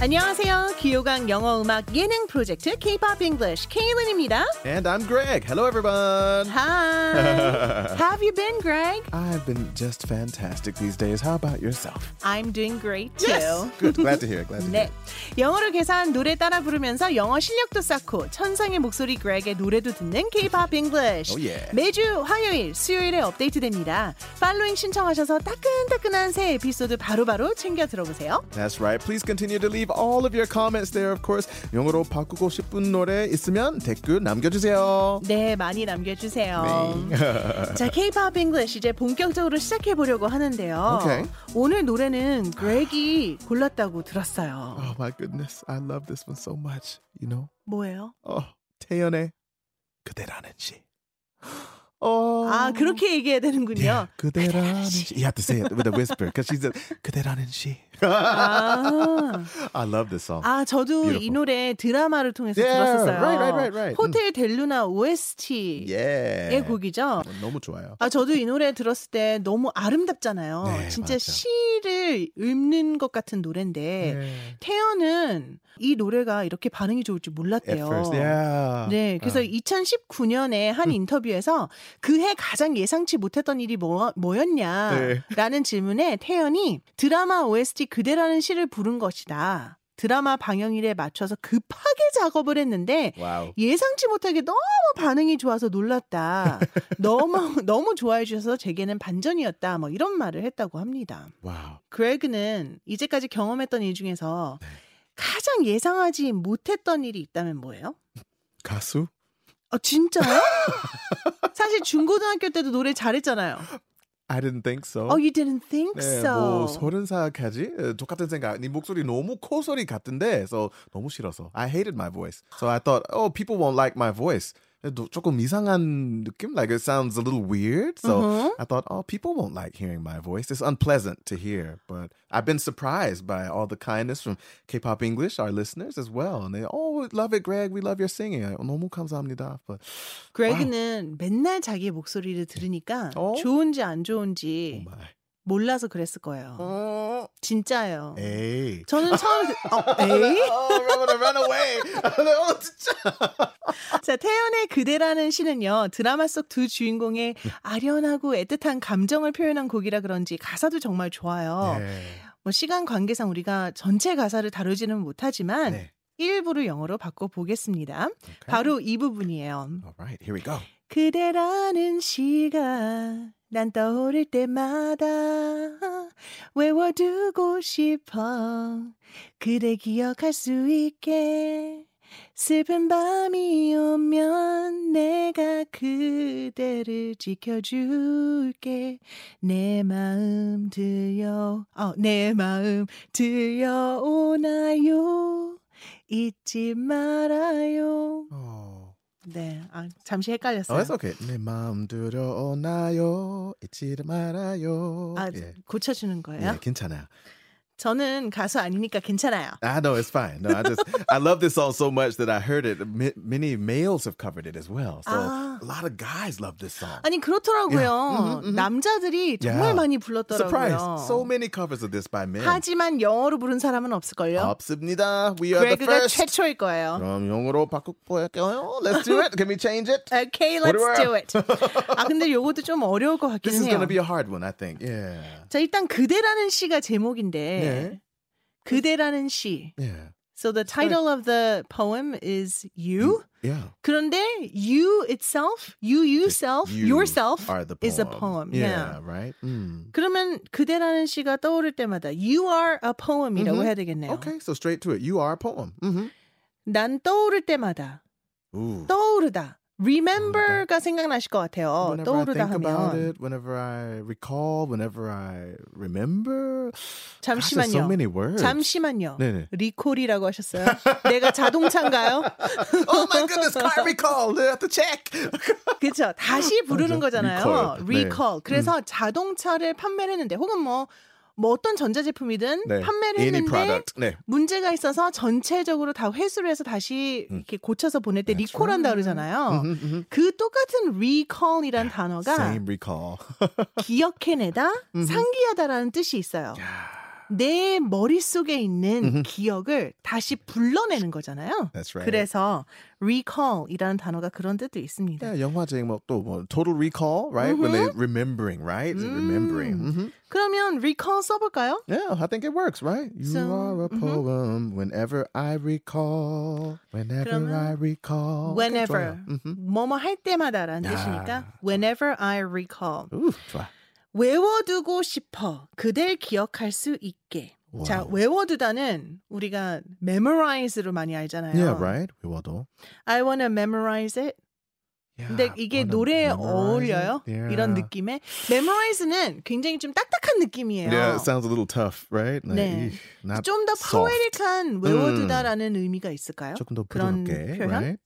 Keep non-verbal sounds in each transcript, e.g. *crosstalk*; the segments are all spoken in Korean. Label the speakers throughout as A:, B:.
A: 안녕하세요. 귀요강 영어 음악 예능 프로젝트 K-pop English 케일린입니다.
B: And I'm Greg. Hello, everyone. *laughs*
A: Hi. Have you been, Greg?
B: I've been just fantastic these days. How about yourself?
A: I'm doing great too.
B: *laughs* Good. Glad to hear it. Glad to
A: 네.
B: hear it.
A: 영어로 계산 노래 따라 부르면서 영어 실력도 쌓고 천상의 목소리 그렉의 노래도 듣는 K-pop English.
B: Oh, yeah.
A: 매주 화요일, 수요일에 업데이트됩니다. 팔로잉 신청하셔서 따끈따끈한 새 에피소드 바로바로 챙겨 들어보세요.
B: That's right. Please continue to leave all of your comments there, of course. 영어로 바꾸고 싶은 노래 있으면 댓글 남겨주세요.
A: *laughs*
B: Oh,
A: 네, 많이
B: 네.
A: 남겨주세요. 자, K-pop English 이제 본격적으로 시작해 보려고 하는데요.
B: 오케이.
A: 오늘 노래는 그렉이 골랐다고 들었어요.
B: Oh, my goodness. I love this one so much. You know?
A: 뭐예요?
B: Oh, 태연의 그대라는 시. *gasps* Oh.
A: 아, 그렇게 얘기해야 되는군요.
B: Yeah, 그대라는 시. You have to say it with a whisper because she's a 그대라는 시. *laughs*
A: 아.
B: I love this song.
A: 아, 저도 이
B: Beautiful.
A: 노래 드라마를 통해서
B: Yeah,
A: 들었었어요.
B: right, right, right, right.
A: 호텔 델루나 OST의
B: yeah.
A: 곡이죠.
B: 어, 너무 좋아요.
A: 아, 저도 이 노래 들었을 때 너무 아름답잖아요.
B: 네,
A: 진짜
B: 맞아.
A: 시를 읊는 것 같은 노래인데
B: 네.
A: 태연은 이 노래가 이렇게 반응이 좋을지
B: At
A: 몰랐대요.
B: first, yeah.
A: 네, 그래서 2019년에 한 인터뷰에서 그해 가장 예상치 못했던 일이 뭐,
B: 네.
A: 뭐였냐라는 질문에 태연이 드라마 OST 그대라는 시를 부른 것이다. 드라마 방영일에 맞춰서 급하게 작업을 했는데
B: 와우.
A: 예상치 못하게 너무 반응이 좋아서 놀랐다. 너무 너무 좋아해 주셔서 제게는 반전이었다. 뭐 이런 말을 했다고 합니다.
B: 와우.
A: 그레그는 이제까지 경험했던 일 중에서 가장 예상하지 못했던 일이 있다면 뭐예요?
B: 가수?
A: 아 진짜요? 사실 중고등학교 때도 노래 잘했잖아요.
B: I didn't think so.
A: Oh, you didn't think
B: 어? 네, 뭐
A: so.
B: 서른 살까지 에, 똑같은 생각. 네 목소리 너무 코소리 같은데, so 너무 싫어서. I hated my voice. So I thought, oh, people won't like my voice. 또 조금 이상한 느낌, like it sounds a little weird. So
A: Mhm.
B: I thought, oh, people won't like hearing my voice. It's unpleasant to hear, but I've been surprised by all the kindness from K-pop English, our listeners as well, and they, oh, we love it, Greg. We love your singing. I, 너무 감사합니다. But
A: 그레그는 맨날 자기의 목소리를 들으니까
B: 어?
A: 좋은지 안
B: oh
A: 좋은지
B: my.
A: 몰라서 그랬을 거예요.
B: Oh.
A: 진짜예요.
B: 에이.
A: 저는 처음 어, 에이?
B: *laughs* oh, I'm gonna run away. *laughs* oh, 진짜.
A: 자, 태연의 그대라는 시는요, 드라마 속 두 주인공의 아련하고 애틋한 감정을 표현한 곡이라 그런지 가사도 정말 좋아요.
B: 네.
A: 뭐 시간 관계상 우리가 전체 가사를 다루지는 못하지만
B: 네.
A: 일부를 영어로 바꿔보겠습니다.
B: Okay.
A: 바로 이 부분이에요.
B: All right, here we go.
A: 그대라는 시가 난 떠오를 때마다 외워두고 싶어 그대 기억할 수 있게 슬픈 밤이 오면 내가 그대를 지켜줄게 내 마음 들려 어, 내 마음 들려오나요 잊지 말아요
B: Oh.
A: 네, 아, 잠시
B: Oh,
A: 헷갈렸어요.
B: that's okay. 내 마음 들어오나요? 잊지 말아요.
A: 아,
B: 예.
A: 고쳐주는 거예요?
B: 예, 괜찮아요.
A: 저는 가수 아니니까 괜찮아요.
B: I know it's fine. No, I just I love this song so much that I heard it. Ma- many males have covered it as well. So
A: Ah.
B: a lot of guys love this song.
A: 아니
B: 야,
A: 그렇더라고요.
B: 음, 음, 음.
A: 남자들이 정말
B: 야,
A: 많이 불렀더라고요.
B: Surprise! So many covers of this by men.
A: 하지만 영어로 부른 사람은 없을걸요.
B: 없습니다. We are the
A: 그레그가
B: first.
A: 최초일 거예요.
B: 그럼 영어로 바꿀까요? Let's do it. Can we change it?
A: 아, Okay,
B: What
A: let's
B: do I-
A: do it.
B: *laughs*
A: 아 근데 요것도 좀 어려울 것
B: This
A: 같긴
B: is
A: 해요.
B: gonna be a hard one, I think. Yeah.
A: 자 일단 그대라는 시가 제목인데
B: 네.
A: 그대라는 시.
B: Yeah.
A: So the title of the poem is You.
B: Yeah.
A: 그런데 you itself, you yourself,
B: You
A: yourself
B: are the
A: is a poem. Yeah.
B: Yeah, right? Mm.
A: 그러면 그대라는 시가 떠오를 때마다 you are a poem이라고
B: Mhm.
A: 해야 되겠네요.
B: Okay, so straight to it. You are a poem. hmm
A: 난 떠오를 때마다
B: Ooh.
A: 떠오르다. remember가 생각나실 것 같아요.
B: whenever I
A: 떠오르다
B: think
A: 하면
B: about it, whenever I recall, whenever I remember. Gosh, there's so
A: 잠시만요.
B: many words.
A: 잠시만요.
B: 네네.
A: *laughs* 리콜이라고 하셨어요. 내가
B: *laughs*
A: 자동차인가요?
B: oh my goodness, car recall. I have to
A: *laughs*
B: check.
A: 그렇죠. 다시 부르는
B: 맞아.
A: 거잖아요.
B: 리콜. 네.
A: 리콜. 그래서 자동차를 판매를 했는데 혹은 뭐, 뭐 어떤 전자제품이든
B: 네.
A: 판매를
B: Any
A: 했는데
B: product. 네.
A: 문제가 있어서 전체적으로 다 회수를 해서 다시 이렇게 고쳐서 보낼 때 리콜한다 그러잖아요.
B: 네, 음, 음.
A: 그 똑같은 recall이란 단어가
B: *laughs* Same recall. 음,
A: 기억해내다, 상기하다라는 뜻이 있어요. 내 머릿속에 있는
B: 음,
A: 기억을 다시 불러내는 거잖아요.
B: That's right.
A: 그래서 recall이라는 단어가 그런 뜻도 있습니다.
B: Yeah, 영화제 뭐또뭐 Total Recall, right? When
A: Mm-hmm.
B: they remembering, right?
A: Mm.
B: Is it remembering. hmm
A: 그러면 recall 써볼까요?
B: Yeah, I think it works, right? You
A: So,
B: are a
A: mhm.
B: poem whenever I recall, whenever
A: 그러면
B: I recall. Okay,
A: whenever
B: 어, 좋아요. Mhm.
A: 뭐뭐 할 때마다라는
B: 야.
A: 뜻이니까 whenever I recall
B: Ooh, 좋아.
A: 외워두고 싶어 그댈 기억할 수 있게 자
B: 와우.
A: 외워두다는 우리가 memorize로 많이 알잖아요.
B: Yeah, right. 외워도.
A: I wanna memorize it.
B: Yeah,
A: 근데 이게
B: wanna
A: 노래에
B: memorize it.
A: 어울려요.
B: Yeah.
A: 이런 느낌에 memorize는 굉장히 좀 딱딱한 느낌이에요.
B: Yeah, it sounds a little tough, right? Like,
A: 네.
B: eesh, not
A: 좀 더
B: soft. 음.
A: 포에릭한 외워두다라는 의미가 있을까요?
B: 조금 더
A: 그런
B: 부드럽게,
A: 표현?
B: right?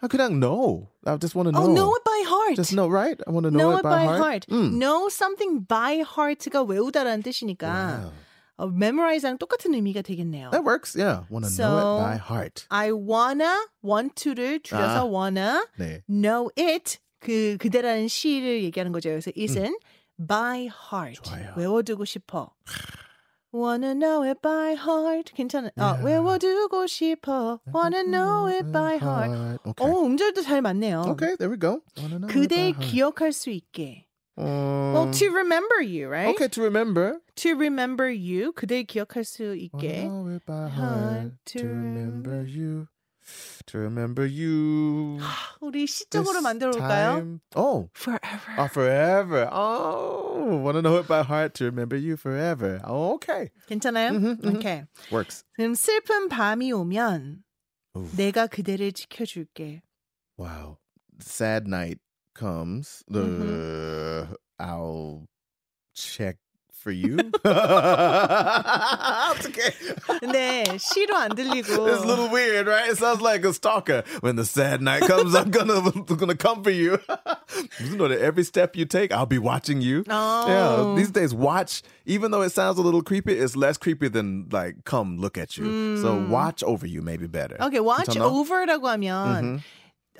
B: 아, 그냥 know. I just want to
A: Oh,
B: know.
A: know it by heart.
B: Just know, right? I want to
A: know
B: know,
A: it by heart.
B: Mm.
A: Know something by heart가 외우다라는 뜻이니까
B: Wow.
A: 어, memorize랑 똑같은 의미가 되겠네요.
B: That works. Yeah. Want to know
A: So-
B: it by heart.
A: I wanna want to를 줄여서
B: 아.
A: wanna
B: 네.
A: know it 그 그대라는 시를 얘기하는 거죠. 그래서 it은 by heart
B: 음. 좋아요.
A: 외워두고 싶어. Wanna know it by heart 괜찮아. 아,
B: Yeah.
A: 외워두고 싶어. Wanna know it by heart. 어
B: Okay.
A: 음절도 잘 맞네요.
B: Okay, there we go. Wanna know it
A: 그대
B: by heart.
A: 기억할 수 있게.
B: Um,
A: Well, to remember you, right?
B: Okay, to remember.
A: To remember you, 그대 기억할 수 있게.
B: Wanna know it by
A: heart
B: heart.
A: to
B: To remember you. To remember you.
A: 우리 시적으로
B: this
A: 만들어 볼까요?
B: time. Oh.
A: Forever.
B: Oh, forever. Oh, want to know it by heart to remember you forever. Oh, okay.
A: 괜찮아요?
B: 음흠, 음흠.
A: 오케이.
B: Works.
A: 그럼 슬픈 밤이 오면 내가 그대를 지켜줄게.
B: Wow. Sad night comes. The
A: Mm-hmm.
B: I'll check
A: *laughs*
B: for you. *laughs* it's okay.
A: 근데 시로 안
B: *laughs*
A: 들리고
B: It's a little weird, right? It sounds like a stalker. When the sad night comes, I'm gonna *laughs* gonna come for you. you know that every step you take, I'll be watching you. Yeah,
A: 어.
B: these days, watch, even though it sounds a little creepy, it's less creepy than like come look at you. So watch over you, maybe better.
A: Mm. Okay, watch
B: 괜찮아?
A: over라고 하면
B: Mhm.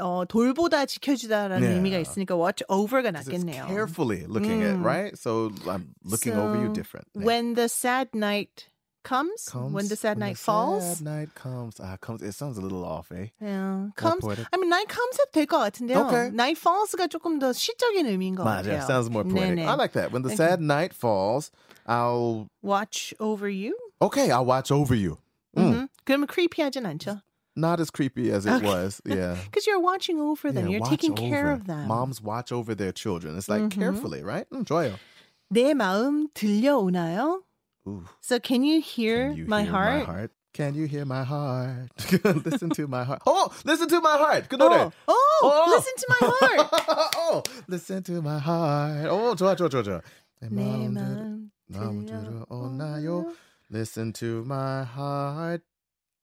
A: 어, 돌보다 지켜주다라는
B: Yeah.
A: 의미가 있으니까 watch over가
B: This is
A: 낫겠네요.
B: carefully looking at,
A: Mm.
B: right? So I'm looking over
A: So,
B: you different. 네.
A: When the sad night comes,
B: Comes
A: when the sad
B: when
A: night falls,
B: Sad night comes. Ah, comes. It sounds a little off, eh?
A: yeah, comes.
B: poetic.
A: I mean, night comes 해도 될것 같은데요.
B: Okay.
A: Night falls가 조금 더 시적인 의미인 것
B: Mad, yeah,
A: 같아요.
B: sounds more poetic.
A: 네네.
B: I like that. When the
A: Okay.
B: sad night falls, I'll
A: Watch over you.
B: okay. I'll watch over you.
A: 음.
B: Mm.
A: 그러면 creepy하진 않죠.
B: Not as creepy as it was. Yeah.
A: Because you're watching over them.
B: Yeah,
A: you're
B: watch
A: taking care
B: over.
A: of them. Mm-hmm.
B: Moms watch over their children. It's like carefully, right? Mm, 좋아요.
A: 내 마음 들려오나요?
B: Ooh.
A: So can you hear,
B: Can you
A: my,
B: hear
A: heart?
B: my heart? Can you hear my heart? *laughs* listen to my heart. Oh, listen to my heart. Good
A: Oh,
B: 노래.
A: oh,
B: Oh.
A: listen to my heart.
B: oh, listen to my heart. Oh, 좋아, 좋아, 좋아, 좋아. *laughs*
A: 내
B: 내 마음
A: 마음
B: 들어- 마음 들어오나요?
A: 들려오나요?
B: oh, Listen to my heart.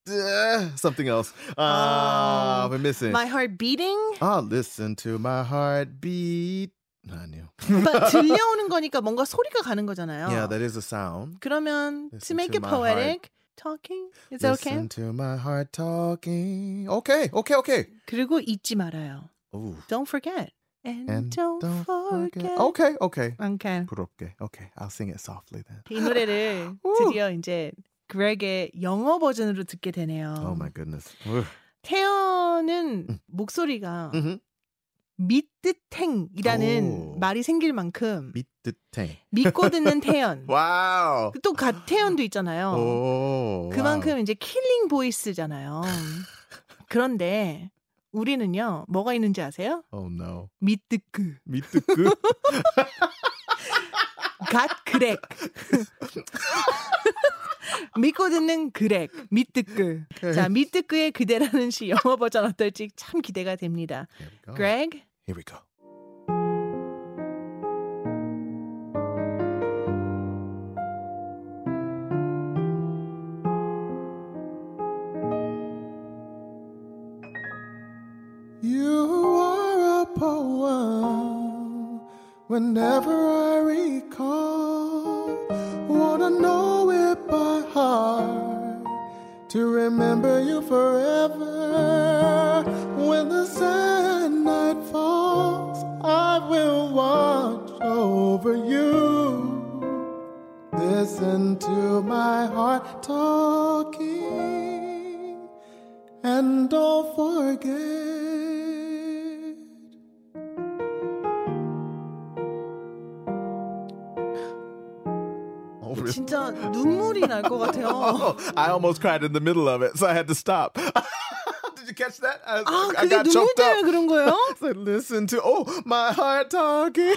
B: Ugh, Something else. Ah,
A: Oh,
B: we're missing.
A: My heart beating?
B: Ah, listen to my heartbeat. 아니요. *laughs*
A: But 들려오는 거니까 뭔가 소리가 가는 거잖아요.
B: Yeah, that is a sound.
A: 그러면 to
B: Listen
A: make it
B: to my heart.
A: poetic, talking is that okay?
B: listen to my heart talking. Okay, okay, okay.
A: 그리고 잊지 말아요.
B: Ooh.
A: Don't forget and,
B: And
A: don't,
B: don't
A: forget.
B: forget. Okay, okay.
A: Okay.
B: 부럽게. Okay, I'll sing it softly then.
A: 이 노래를
B: 오.
A: 드디어 이제 그렉의 영어 버전으로 듣게 되네요.
B: *laughs* Oh my
A: *laughs*
B: goodness. Ugh. 음.
A: 태연은 목소리가
B: Mhm.
A: 밑듯탱이라는
B: 오.
A: 말이 생길 만큼
B: Beat the tank.
A: 믿고
B: *laughs*
A: 듣는 태연.
B: Wow.
A: 또 갓 태연도 있잖아요.
B: Oh.
A: 그만큼 이제 킬링 보이스잖아요. 그런데 우리는요 뭐가 있는지 아세요?
B: wow. Oh no.
A: 미뜨크
B: Beat the *laughs* good.
A: 갓 그렉 믿고 듣는 그렉 미뜨크
B: 그.
A: 자 미뜨크의 그대라는 시 영어 버전 어떨지 참 기대가 됩니다.
B: Here we go.
A: Greg
B: Here we go. You are a poem whenever I recall. Wanna know it by heart to remember you forever. When the sad night falls, I will watch over you. Listen into my heart talking, and don't forget. Oh, really?
A: 진짜 눈물이 날 것 같아요.
B: Oh, I almost cried in the middle of it, so I had to stop. *laughs* Did you catch that? I,
A: 아,
B: I
A: 그게
B: got
A: 눈물
B: choked
A: 때문에
B: up.
A: 그런 거예요?
B: *laughs* I said, listen to, oh, my heart talking.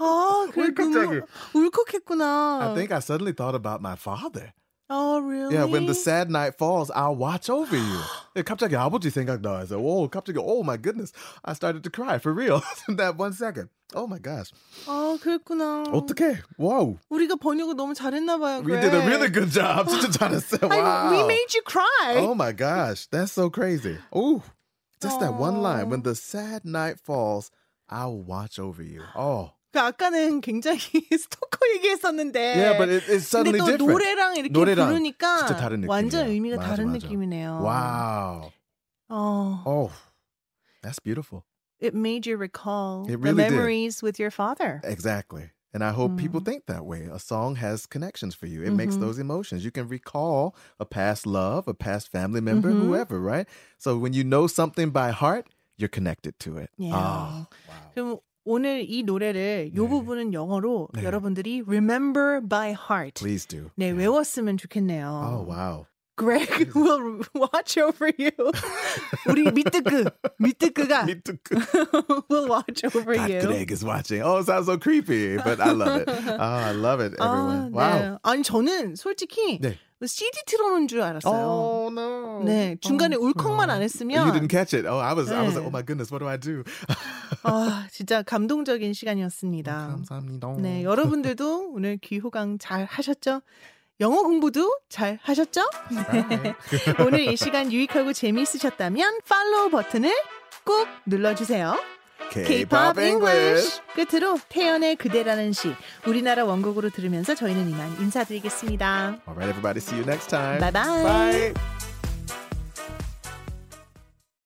A: 아, 그래 눈물 울컥했구나.
B: I think I suddenly thought about my father.
A: Oh, really?
B: Yeah, when the sad night falls, I'll watch
A: *gasps*
B: over you. 예, 갑자기 아버지 생각나서 오 갑자기 oh my goodness, I started to cry for real *laughs* in that one second. Oh my gosh,
A: 아, 그랬구나.
B: 어떻게? Wow,
A: 우리가 번역을 너무 잘했나 봐요.
B: we
A: 그래.
B: did a really good job. *laughs* 진짜 잘했어.
A: I, We
B: Wow.
A: made you cry.
B: Oh my gosh, that's so crazy. Ooh, just that one line. When the sad night falls, I'll watch over you. Oh,
A: 그 아까는 굉장히 *laughs* 스토커 얘기했었는데.
B: yeah, but it, it's
A: 근데
B: suddenly
A: 또
B: different.
A: 노래랑 이렇게
B: 노래랑
A: 부르니까
B: 진짜 다른 느낌이에요.
A: 완전 의미가
B: 맞아,
A: 다른
B: 맞아.
A: 느낌이네요.
B: Wow.
A: 어.
B: Oh, that's beautiful.
A: It made you recall
B: It
A: the
B: really did.
A: memories with your father.
B: Exactly. And I hope people
A: Mm.
B: think that way. A song has connections for you. It makes
A: Mhm.
B: those emotions. You can recall a past love, a past family member,
A: Mhm.
B: whoever, right? So when you know something by heart, you're connected to it.
A: Yeah.
B: Ah, wow.
A: 그럼 오늘 이 노래를 요
B: 네.
A: 부분은 영어로
B: 네.
A: 여러분들이 remember by heart.
B: Please do.
A: 네, 외웠으면 좋겠네요.
B: Oh, wow. *laughs*
A: Greg will watch over you. 우리 미뜨크, 미뜨크가
B: *laughs* Me too. God,
A: *laughs* will watch over you.
B: Greg is watching. Oh, it sounds so creepy, but
A: *laughs*
B: I love it. Oh, I love it,
A: 아,
B: everyone. wow.
A: 네. 아니 저는 솔직히
B: 네.
A: CD 틀어놓은 줄 알았어요.
B: Oh, no.
A: 네, 중간에
B: Oh,
A: 울컥만
B: no.
A: 안
B: You
A: 했으면
B: didn't catch it. Oh, I was, I was like,
A: 네.
B: oh my goodness, what do I do?
A: 아, 진짜 아, 감동적인 시간이었습니다.
B: 감사합니다.
A: 네, 여러분들도 오늘 귀호강 잘 하셨죠? 영어 공부도 잘 하셨죠? 네.
B: Right.
A: 오늘 이 시간 유익하고 재미있으셨다면 팔로우 버튼을 꼭 눌러주세요. *laughs* K-pop English 끝으로 태연의 그대라는 시 우리나라 원곡으로 들으면서 저희는 이만 인사드리겠습니다.
B: All right, everybody. See you next time.
A: Bye-bye.
B: Bye.